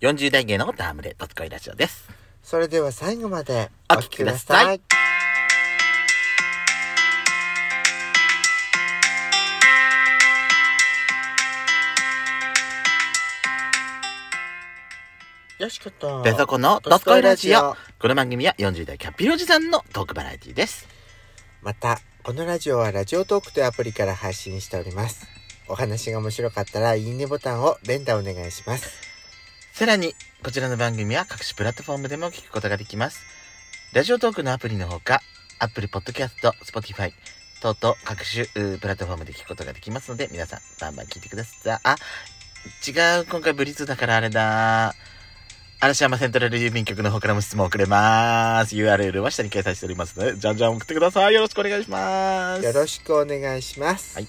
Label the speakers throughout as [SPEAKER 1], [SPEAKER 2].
[SPEAKER 1] 40代芸のダムレ、とつこいラジオです。
[SPEAKER 2] それでは最後まで
[SPEAKER 1] お聞きください。
[SPEAKER 2] よしこと。
[SPEAKER 1] ベソコのとつこいラジオ。この番組は40代キャッピーおじさんのトークバラエティです。
[SPEAKER 2] また、このラジオはラジオトークというアプリから配信しております。お話が面白かったら、いいねボタンを連打お願いします。
[SPEAKER 1] さらに、こちらの番組は各種プラットフォームでも聞くことができます。ラジオトークのアプリのほか、Apple Podcast、Spotify 等々各種うープラットフォームで聞くことができますので、皆さん、バンバン聞いてください。あ、違う、今回ブリツだからあれだ。嵐山セントラル郵便局の方からも質問をくれます。URL は下に掲載しておりますので、じゃんじゃん送ってください。よろしくお願いします。
[SPEAKER 2] よろしくお願いします。
[SPEAKER 1] はい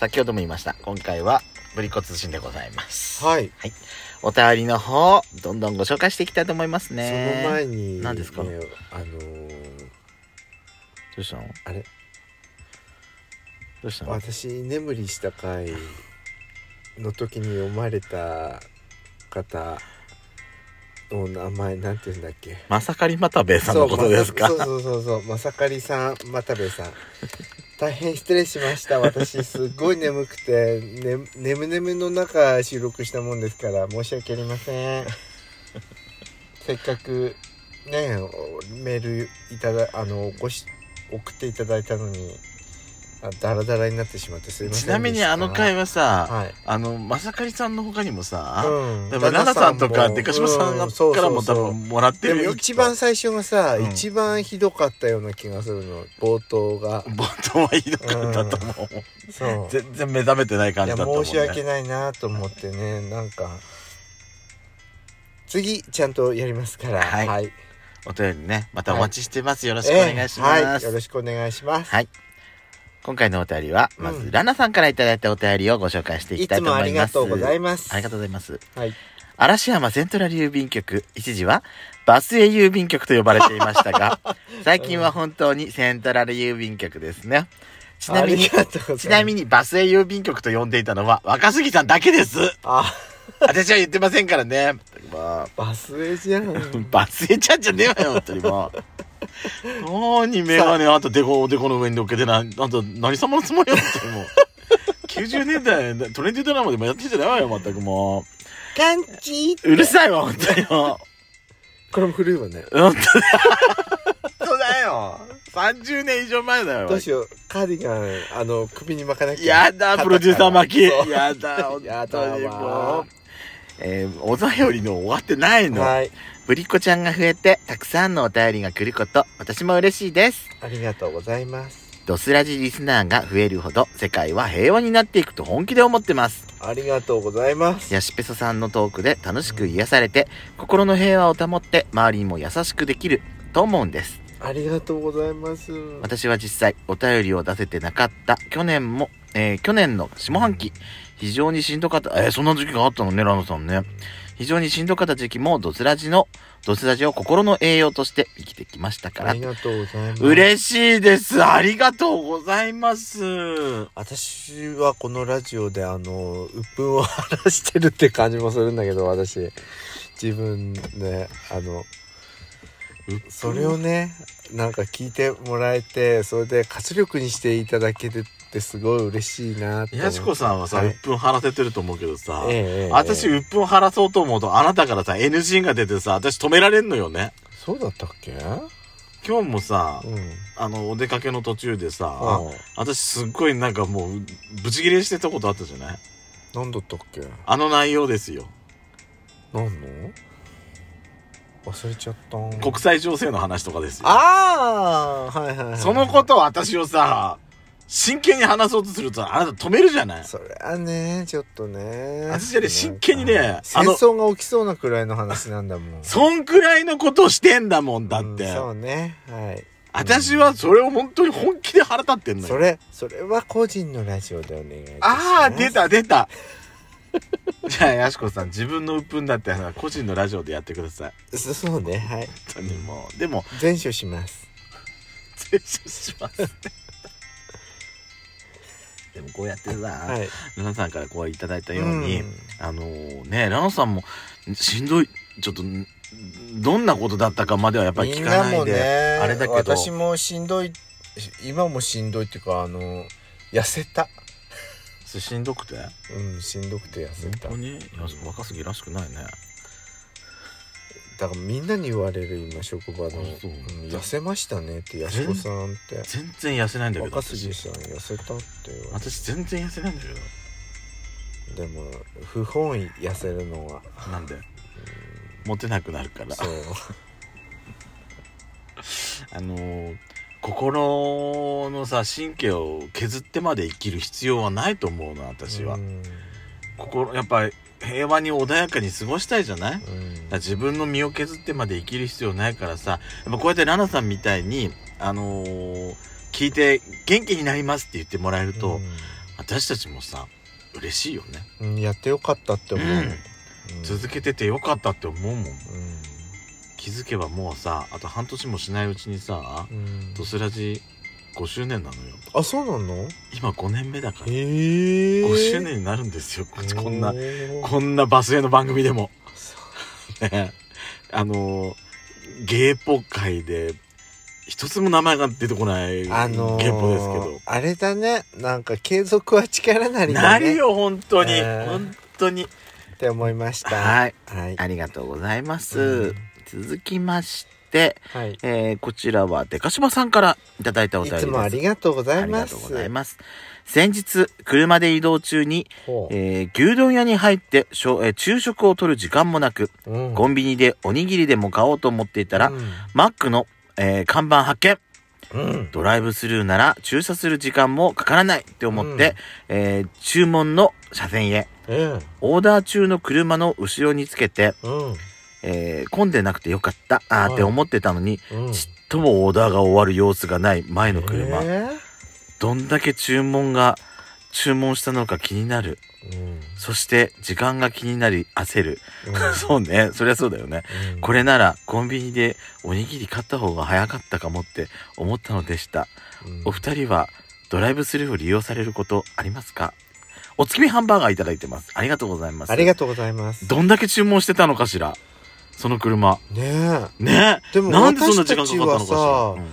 [SPEAKER 1] 先ほども言いました。今回は、ブリコ通信でございます。
[SPEAKER 2] はい。
[SPEAKER 1] お便りの方、どんどんご紹介していきたいと思います
[SPEAKER 2] そ
[SPEAKER 1] ね。
[SPEAKER 2] の前に、
[SPEAKER 1] 何ですか
[SPEAKER 2] ねあのー
[SPEAKER 1] どうしたの
[SPEAKER 2] あれ
[SPEAKER 1] どうしたの
[SPEAKER 2] 私眠りした回の時に読まれた方の名前なんて言うんだっけ
[SPEAKER 1] まさかりまたべさんのことですか
[SPEAKER 2] そうまさそうそうそうそうまさかりさん又部さん大変失礼しました私すっごい眠くて、ね、眠眠の中収録したもんですから申し訳ありませんせっかくねおメールいただあのごし送っていただいたのにあダラダラになってしまってすいませんでし
[SPEAKER 1] ち
[SPEAKER 2] た
[SPEAKER 1] なみにあの会はさ、
[SPEAKER 2] はい
[SPEAKER 1] あの、まさかりさんの他にもさ、
[SPEAKER 2] うん
[SPEAKER 1] 多分ナナさんとか、
[SPEAKER 2] も
[SPEAKER 1] デカシマさん
[SPEAKER 2] うそう
[SPEAKER 1] から
[SPEAKER 2] そ
[SPEAKER 1] も
[SPEAKER 2] うそ
[SPEAKER 1] 多
[SPEAKER 2] う
[SPEAKER 1] 分もらって
[SPEAKER 2] で
[SPEAKER 1] る
[SPEAKER 2] も
[SPEAKER 1] よ。
[SPEAKER 2] 一番
[SPEAKER 1] き
[SPEAKER 2] 最初がさ、
[SPEAKER 1] うん
[SPEAKER 2] 一番ひどかったような気がするの冒頭が
[SPEAKER 1] っと冒頭はひどかったと思う。
[SPEAKER 2] そう
[SPEAKER 1] 全然目覚めてない感
[SPEAKER 2] い
[SPEAKER 1] じだ
[SPEAKER 2] や
[SPEAKER 1] ったもんね。
[SPEAKER 2] 申し訳ないなと思ってねなんか次ちゃんとやりますから
[SPEAKER 1] はい
[SPEAKER 2] はい、
[SPEAKER 1] お便りね、またお待ちしてます。よろしくお
[SPEAKER 2] ええ
[SPEAKER 1] 願いし
[SPEAKER 2] は
[SPEAKER 1] ま
[SPEAKER 2] いよ
[SPEAKER 1] す
[SPEAKER 2] ろ。しくお願いします、
[SPEAKER 1] はい。今回のお便りは、ま
[SPEAKER 2] う
[SPEAKER 1] ず、
[SPEAKER 2] ん
[SPEAKER 1] ラナさんからいただいたお便りをご紹介していき
[SPEAKER 2] い
[SPEAKER 1] たい
[SPEAKER 2] つ
[SPEAKER 1] と思い
[SPEAKER 2] もあ
[SPEAKER 1] ます。
[SPEAKER 2] りがとうござい
[SPEAKER 1] ま
[SPEAKER 2] ます
[SPEAKER 1] ありがとうございます。
[SPEAKER 2] はい
[SPEAKER 1] 嵐山セントラル郵便局、一時はバスへ郵便局と呼ばれていました が、最近は本当にセントラル郵便局ですね。ちなみに、ちなみ
[SPEAKER 2] に
[SPEAKER 1] にバスへ郵便局と呼んでいたのは若杉さんだけです。
[SPEAKER 2] あ
[SPEAKER 1] 私は言ってませんからね。まあ、
[SPEAKER 2] バスへじゃん
[SPEAKER 1] バスへちゃんじゃねえわよ、本当にもう。何メガネ、あんたデコ、デコの上に乗っけてな、あんた何様のつもりよ、本当にもう。90年代、トレンディードラマでもやってきてないわよ、全くも
[SPEAKER 2] カンチ
[SPEAKER 1] う。うるさいわ、本当にもう。
[SPEAKER 2] これも古いわね
[SPEAKER 1] 本当だ本当だよ30年以上前だよ
[SPEAKER 2] どうしようカーディガンあの首に巻かなきゃ
[SPEAKER 1] やだプロデューサー巻
[SPEAKER 2] そう
[SPEAKER 1] きや だ本
[SPEAKER 2] や
[SPEAKER 1] 当に
[SPEAKER 2] だ
[SPEAKER 1] もう
[SPEAKER 2] わ
[SPEAKER 1] えー、お便りの終わってないの、
[SPEAKER 2] はい
[SPEAKER 1] ぶりっ子ちゃんが増えてたくさんのお便りが来ること私も嬉しいです
[SPEAKER 2] ありがとうございます
[SPEAKER 1] ドスラジリスナーが増えるほど世界は平和になっていくと本気で思ってます
[SPEAKER 2] ありがとうございます
[SPEAKER 1] ヤシペソさんのトークで楽しく癒されて心の平和を保って周りにも優しくできると思うんです
[SPEAKER 2] ありがとうございます
[SPEAKER 1] 私は実際お便りを出せてなかった去年も、えー去年の下半期非常にしんどかったえーそんな時期があったのねラノさんね非常にしんどかった時期もドスラジのドスラジを心の栄養として生きてきましたか
[SPEAKER 2] あ
[SPEAKER 1] ら
[SPEAKER 2] りがとうございます
[SPEAKER 1] 嬉しいですありがとうございます
[SPEAKER 2] 私はこのラジオであの鬱憤を晴らしてるって感じもするんだけど私自分ねあのそれをねなんか聞いてもらえてそれで活力にしていただけてってすごい嬉しいなって思う
[SPEAKER 1] やしこさんはさ、
[SPEAKER 2] はい
[SPEAKER 1] 鬱憤晴らせてると思うけどさ、
[SPEAKER 2] ええええ
[SPEAKER 1] 私、
[SPEAKER 2] ええ
[SPEAKER 1] 鬱憤晴らそうと思うと、あなたからさ、NG が出てさ、私止められんのよね。
[SPEAKER 2] そうだったっけ
[SPEAKER 1] 今日もさ
[SPEAKER 2] う、ん
[SPEAKER 1] あの、お出かけの途中でさ、
[SPEAKER 2] あ
[SPEAKER 1] 私すっごいなんかもうブチギレしてたことあったじゃない
[SPEAKER 2] 何だったっけ
[SPEAKER 1] あの内容ですよ
[SPEAKER 2] 何の忘れちゃった
[SPEAKER 1] 国際情勢の話とかですよ
[SPEAKER 2] ああはいはい、はい、
[SPEAKER 1] そのことを私をさ真剣に話そうとするとあなた止めるじゃない
[SPEAKER 2] そりゃねちょっとね
[SPEAKER 1] 私はね真剣にね
[SPEAKER 2] なん
[SPEAKER 1] あ
[SPEAKER 2] か戦
[SPEAKER 1] の
[SPEAKER 2] 争が起きそうなくらいの話なんだもん
[SPEAKER 1] そんくらいのことをしてんだもんだっ
[SPEAKER 2] うん
[SPEAKER 1] て、
[SPEAKER 2] そうねはい
[SPEAKER 1] 私はそれを本当に本気で腹立ってんの
[SPEAKER 2] そ
[SPEAKER 1] よ
[SPEAKER 2] れそれは個人のラジオでお願いします
[SPEAKER 1] ああ出た出た じゃあやしこさん自分の鬱憤だってさ個人のラジオでやってください
[SPEAKER 2] そそうねはい
[SPEAKER 1] 本当にもうでも
[SPEAKER 2] 全処します
[SPEAKER 1] 全集しますね でもこうやってさ、
[SPEAKER 2] はい
[SPEAKER 1] ルナさんからこういただいたように、
[SPEAKER 2] うん
[SPEAKER 1] あのねラナさんもしんどいちょっとどんなことだったかまではやっぱり
[SPEAKER 2] み
[SPEAKER 1] 聞
[SPEAKER 2] ん
[SPEAKER 1] か
[SPEAKER 2] な
[SPEAKER 1] ない
[SPEAKER 2] も
[SPEAKER 1] で、
[SPEAKER 2] ね
[SPEAKER 1] あれだけど
[SPEAKER 2] 私もしんどい今もしんどいっていうかあの痩せた
[SPEAKER 1] しんどくて
[SPEAKER 2] うんしんどくて痩せ
[SPEAKER 1] 本
[SPEAKER 2] た
[SPEAKER 1] 当にいや若すぎらしくないね
[SPEAKER 2] だからみんなに言われる今職場の、
[SPEAKER 1] あそう
[SPEAKER 2] うん痩せましたねってやしこさんって
[SPEAKER 1] 全然痩せないんだけど
[SPEAKER 2] 若杉
[SPEAKER 1] 私
[SPEAKER 2] さん痩せたって言われ
[SPEAKER 1] 私全然痩せないんだけど
[SPEAKER 2] てでも不本意痩せるのは
[SPEAKER 1] なんでモテなくなるから
[SPEAKER 2] そう
[SPEAKER 1] あのー心のさ神経を削ってまで生きる必要はないと思うな私は、
[SPEAKER 2] うん
[SPEAKER 1] 心やっぱり平和に穏やかに過ごしたいじゃない、だか
[SPEAKER 2] うん
[SPEAKER 1] ら自分の身を削ってまで生きる必要ないからさやっぱこうやってラナさんみたいにあのー聞いて元気になりますって言ってもらえると、私たちもさ嬉しいよね、
[SPEAKER 2] うんうんやってよかったって思う、うん
[SPEAKER 1] 続けててよかったって思うもん
[SPEAKER 2] う
[SPEAKER 1] 気づけばもうさあと半年もしないうちにさ
[SPEAKER 2] んうん
[SPEAKER 1] 「ドスラジ5周年なのよ
[SPEAKER 2] あそうなの
[SPEAKER 1] 今5年目だから
[SPEAKER 2] ええ
[SPEAKER 1] 5周年になるんですよ、こっちこんな
[SPEAKER 2] こ
[SPEAKER 1] こんなバスへの番組でもね あのーゲーポ界で一つも名前が出てこないゲ
[SPEAKER 2] あのー、
[SPEAKER 1] ーポですけど、
[SPEAKER 2] あれだねなんか継続は力なり
[SPEAKER 1] な
[SPEAKER 2] だ
[SPEAKER 1] る
[SPEAKER 2] ねっ
[SPEAKER 1] よ本当に、
[SPEAKER 2] えー
[SPEAKER 1] 本当に
[SPEAKER 2] て思いましたい
[SPEAKER 1] はい
[SPEAKER 2] はい
[SPEAKER 1] ありがとうございます、
[SPEAKER 2] うん
[SPEAKER 1] 続きまして
[SPEAKER 2] はい
[SPEAKER 1] えーこちらはデカシマさんからいただいたお
[SPEAKER 2] い
[SPEAKER 1] 便りです。
[SPEAKER 2] つもありがとうござ
[SPEAKER 1] あ
[SPEAKER 2] い
[SPEAKER 1] り
[SPEAKER 2] ま
[SPEAKER 1] が
[SPEAKER 2] す
[SPEAKER 1] とうございます。先日、車で移動中に、
[SPEAKER 2] ほう
[SPEAKER 1] えー牛丼屋に入って、しょえー昼食を取る時間もなく、
[SPEAKER 2] うん
[SPEAKER 1] コンビニでおにぎりでも買おうと思っていたら、
[SPEAKER 2] うん
[SPEAKER 1] マックの、えー看板発見
[SPEAKER 2] うん
[SPEAKER 1] ドライブスルーなら駐車する時間もかからないって思って、えー注文の車線へ、
[SPEAKER 2] うん
[SPEAKER 1] オーダー中の車の後ろにつけて、
[SPEAKER 2] うん
[SPEAKER 1] えー混んでなくてよかった、あーって思ってたのに、
[SPEAKER 2] うん
[SPEAKER 1] ちっともオーダーが終わる様子がない前の車、
[SPEAKER 2] え
[SPEAKER 1] どんだけ注文が注文したのか気になる
[SPEAKER 2] ーうん
[SPEAKER 1] そして時間が気になり焦る、
[SPEAKER 2] う ん
[SPEAKER 1] そうねそりゃそうだよね
[SPEAKER 2] うん
[SPEAKER 1] これならコンビニでおにぎり買った方が早かったかもって思ったのでした
[SPEAKER 2] うん
[SPEAKER 1] お二人はドライブスルーを利用されることありますかお月見ハンバーガーいただいてますありがとうございます
[SPEAKER 2] ありがとうございます
[SPEAKER 1] どんだけ注文してたのかしらその車
[SPEAKER 2] ねえ
[SPEAKER 1] ねえ
[SPEAKER 2] でも
[SPEAKER 1] なんでそんな
[SPEAKER 2] 私
[SPEAKER 1] 時
[SPEAKER 2] た
[SPEAKER 1] 間か
[SPEAKER 2] ち
[SPEAKER 1] かったの
[SPEAKER 2] は
[SPEAKER 1] かしら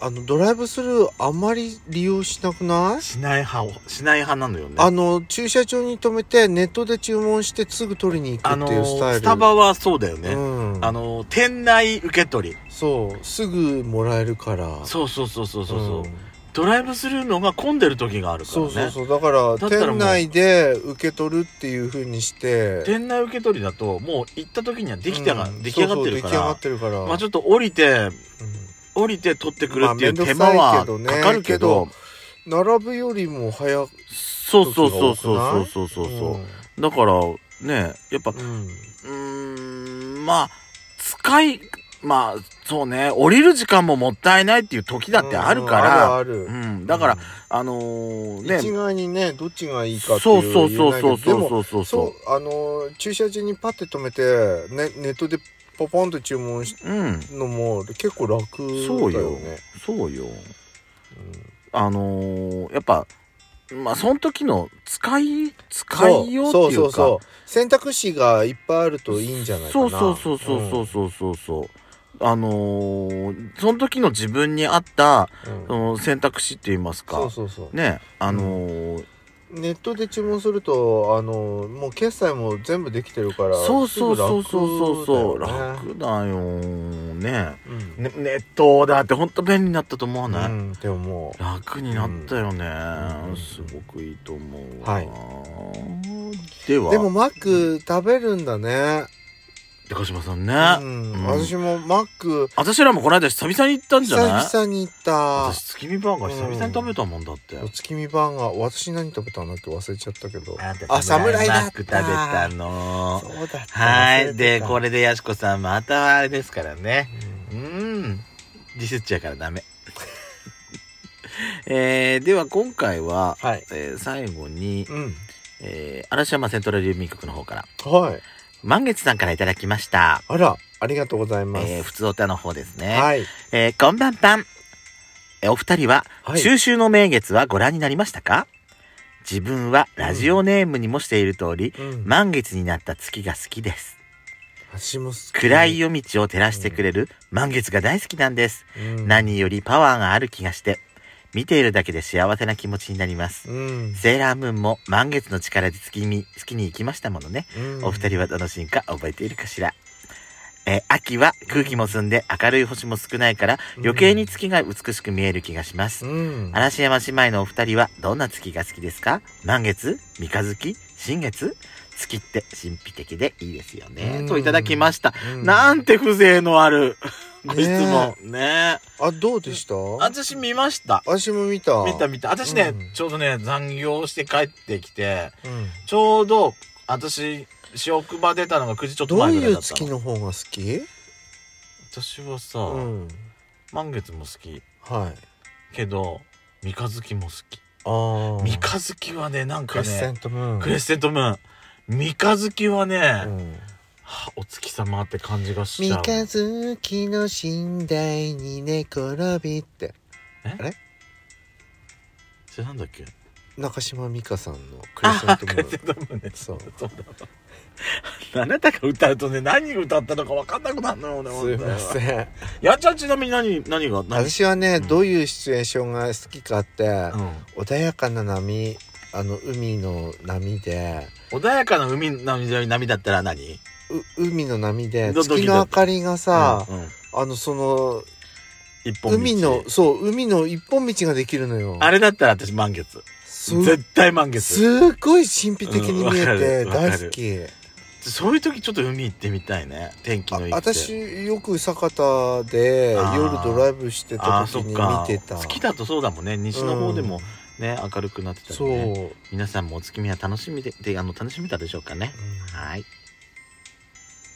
[SPEAKER 2] さ、あのドライブスルーあんまり利用しなくない
[SPEAKER 1] しない派をしない派なのよね
[SPEAKER 2] あの駐車場に止めてネットで注文してすぐ取りに行
[SPEAKER 1] あ
[SPEAKER 2] くっ
[SPEAKER 1] の
[SPEAKER 2] ていうスタイル
[SPEAKER 1] スタバはそうだよね、
[SPEAKER 2] うん、
[SPEAKER 1] あの店内受け取り
[SPEAKER 2] そうすぐもらえるから
[SPEAKER 1] そうそうそうそうそうそう、
[SPEAKER 2] うん
[SPEAKER 1] ドライブスルーのが混んでる時があるから
[SPEAKER 2] そ
[SPEAKER 1] ね
[SPEAKER 2] うそうそうだから
[SPEAKER 1] だったらもう
[SPEAKER 2] 店内で受け取るっていうふうにして
[SPEAKER 1] 店内受け取りだともう行った時にはできたが、
[SPEAKER 2] うん
[SPEAKER 1] 出来上がってるか
[SPEAKER 2] そうそう出来上が
[SPEAKER 1] ら
[SPEAKER 2] ってるから、
[SPEAKER 1] まあちょっと降りて
[SPEAKER 2] う
[SPEAKER 1] 降りて取ってくるっていう
[SPEAKER 2] まあ
[SPEAKER 1] 手間は
[SPEAKER 2] 面倒くさいけどね
[SPEAKER 1] かかるけど,、
[SPEAKER 2] ん並ぶよりも早く
[SPEAKER 1] そうそうそうそうそうそうそう
[SPEAKER 2] う
[SPEAKER 1] そ
[SPEAKER 2] ん
[SPEAKER 1] うだからねやっぱう
[SPEAKER 2] うん
[SPEAKER 1] ーんまあ使いまあそうね降りる時間ももったいないっていう時だってあるか
[SPEAKER 2] うん
[SPEAKER 1] ら、
[SPEAKER 2] あるあ
[SPEAKER 1] う
[SPEAKER 2] る、
[SPEAKER 1] んだから、
[SPEAKER 2] うん
[SPEAKER 1] あのーね
[SPEAKER 2] 一概にねどっちがいいかってい
[SPEAKER 1] そううそうそうそう
[SPEAKER 2] 言えないけどでも
[SPEAKER 1] そうそう
[SPEAKER 2] そ
[SPEAKER 1] そう
[SPEAKER 2] あのー駐車場にパッて止めて、ね、ネットでポポンと注文し
[SPEAKER 1] ううん
[SPEAKER 2] のも結構楽だよね
[SPEAKER 1] そうよそうよあのーやっぱまあその時の使い使いようっていうか
[SPEAKER 2] う選択肢がいっぱいあるといいんじゃないか
[SPEAKER 1] そ
[SPEAKER 2] な
[SPEAKER 1] うそうそうそうそうそうそうそうあのーその時の自分に合った
[SPEAKER 2] うんう
[SPEAKER 1] その
[SPEAKER 2] ん
[SPEAKER 1] 選択肢って言いますか
[SPEAKER 2] そうそうそう
[SPEAKER 1] ねあのー
[SPEAKER 2] ネットで注文するとあのーもう決済も全部できてるから
[SPEAKER 1] そうそうそうそうそうそう
[SPEAKER 2] すぐ楽だよ
[SPEAKER 1] 楽
[SPEAKER 2] ね
[SPEAKER 1] だよね
[SPEAKER 2] うん
[SPEAKER 1] ねネットだってほんと便利になったと思わない、
[SPEAKER 2] うんって思う
[SPEAKER 1] 楽になったよね、
[SPEAKER 2] うん
[SPEAKER 1] すごくいいと思うわ、
[SPEAKER 2] は
[SPEAKER 1] では
[SPEAKER 2] でもマック食べるんだね
[SPEAKER 1] 高島さんね、
[SPEAKER 2] うん
[SPEAKER 1] うん
[SPEAKER 2] 私もマック
[SPEAKER 1] 私らもこの間久々に行ったんじ
[SPEAKER 2] 久
[SPEAKER 1] ゃない
[SPEAKER 2] 々に行った
[SPEAKER 1] 私月見バーガー久々に食べたもんだって、
[SPEAKER 2] お月見バーガー私何食べたんだっけ忘れちゃったけど
[SPEAKER 1] あんた
[SPEAKER 2] あ侍だ
[SPEAKER 1] マック食べたの
[SPEAKER 2] そうだった
[SPEAKER 1] はいでこ
[SPEAKER 2] れ、
[SPEAKER 1] れでやしこさんまたあれですからね
[SPEAKER 2] うん
[SPEAKER 1] うんディスっちゃうからダメ えー、では今回は、
[SPEAKER 2] はい
[SPEAKER 1] えー最後に、
[SPEAKER 2] うん
[SPEAKER 1] えー、嵐山セントラル郵便局の方から
[SPEAKER 2] はい
[SPEAKER 1] 満月さんからいただきました。
[SPEAKER 2] あらありがとうございます、
[SPEAKER 1] えー、普通歌の方ですね。
[SPEAKER 2] はい
[SPEAKER 1] えーこんばんぱん。えーお二人は、
[SPEAKER 2] はい
[SPEAKER 1] 中秋の名月はご覧になりましたか自分はラジオネームにもしている通り、
[SPEAKER 2] うん
[SPEAKER 1] 満月になった月が好きです。
[SPEAKER 2] 私も好き
[SPEAKER 1] 暗い、夜道を照らしてくれる満月が大好きなんです。何よりパワーがある気がして、見ているだけで幸せな気持ちになります。
[SPEAKER 2] うん、
[SPEAKER 1] セーラームーンも満月の力で月に、月に行きましたものね。
[SPEAKER 2] うん
[SPEAKER 1] お二人はどのシーンか覚えているかしら。えー秋は空気も澄んで明るい星も少ないから余計に月が美しく見える気がします。
[SPEAKER 2] うん
[SPEAKER 1] 嵐山姉妹のお二人はどんな月が好きですか満月三日月新月月って神秘的でいいですよね
[SPEAKER 2] う。ん
[SPEAKER 1] といただきました。
[SPEAKER 2] うん
[SPEAKER 1] なんて風情のあるご質問。ねえ
[SPEAKER 2] あどうでした
[SPEAKER 1] 私見ました。
[SPEAKER 2] 私も見た
[SPEAKER 1] 見た見た。私ね、
[SPEAKER 2] うん
[SPEAKER 1] ちょうどね、残業して帰ってきて、
[SPEAKER 2] うん
[SPEAKER 1] ちょうど私、職場出たのが9時ちょっと
[SPEAKER 2] どう
[SPEAKER 1] 前ぐら
[SPEAKER 2] い
[SPEAKER 1] いだ
[SPEAKER 2] う
[SPEAKER 1] ったの
[SPEAKER 2] 月。の方が好き
[SPEAKER 1] 私はさ、
[SPEAKER 2] うん
[SPEAKER 1] 満月も好き。
[SPEAKER 2] はい
[SPEAKER 1] けど、三日月も好き。
[SPEAKER 2] ああ
[SPEAKER 1] 三日月はね、なん
[SPEAKER 2] ク
[SPEAKER 1] か
[SPEAKER 2] レッセ
[SPEAKER 1] ね
[SPEAKER 2] ン、トムーン
[SPEAKER 1] クレッセントムーン。三日月はね、
[SPEAKER 2] うん
[SPEAKER 1] はあお月様って感じがしちゃ
[SPEAKER 2] 三
[SPEAKER 1] う。
[SPEAKER 2] 日月の寝台に寝転びって
[SPEAKER 1] それなんだっけ
[SPEAKER 2] 中島美嘉さんのクレッセントム
[SPEAKER 1] クレッセン
[SPEAKER 2] ーン
[SPEAKER 1] トムーンね。
[SPEAKER 2] そう
[SPEAKER 1] そうだわ。あなたが歌うとね、何歌ったのか分かんなくなるのよね、
[SPEAKER 2] すいま
[SPEAKER 1] ん。
[SPEAKER 2] せん
[SPEAKER 1] やっちゃんちなみに何、何が何
[SPEAKER 2] 私はね
[SPEAKER 1] うん
[SPEAKER 2] どういうシチュエーションが好きかって
[SPEAKER 1] うん
[SPEAKER 2] 穏やかな波あの海の波で
[SPEAKER 1] 穏やかな海の波波だったら何
[SPEAKER 2] う海の波で
[SPEAKER 1] どど
[SPEAKER 2] 月の明かりがさ、
[SPEAKER 1] うんうん
[SPEAKER 2] あのその
[SPEAKER 1] 一本道
[SPEAKER 2] 海のそう海の一本道ができるのよ
[SPEAKER 1] あれだったら私満月。
[SPEAKER 2] す
[SPEAKER 1] 絶対満月。
[SPEAKER 2] すっごい神秘的に見えて
[SPEAKER 1] うんわかる
[SPEAKER 2] 大好き
[SPEAKER 1] そういう時ちょっと海行ってみたいね。天気
[SPEAKER 2] あ
[SPEAKER 1] のいい日で。
[SPEAKER 2] 私よく酒田で
[SPEAKER 1] あー
[SPEAKER 2] 夜ドライブして
[SPEAKER 1] あ
[SPEAKER 2] た
[SPEAKER 1] ーそ
[SPEAKER 2] 時
[SPEAKER 1] っ
[SPEAKER 2] に
[SPEAKER 1] か
[SPEAKER 2] 見てた
[SPEAKER 1] 月だとそうだもんね。西の方でもね、明るくなってたり
[SPEAKER 2] そう、
[SPEAKER 1] ね。皆さんもお月見は楽しみで、であの、楽しめたでしょうかね。
[SPEAKER 2] うん
[SPEAKER 1] はい。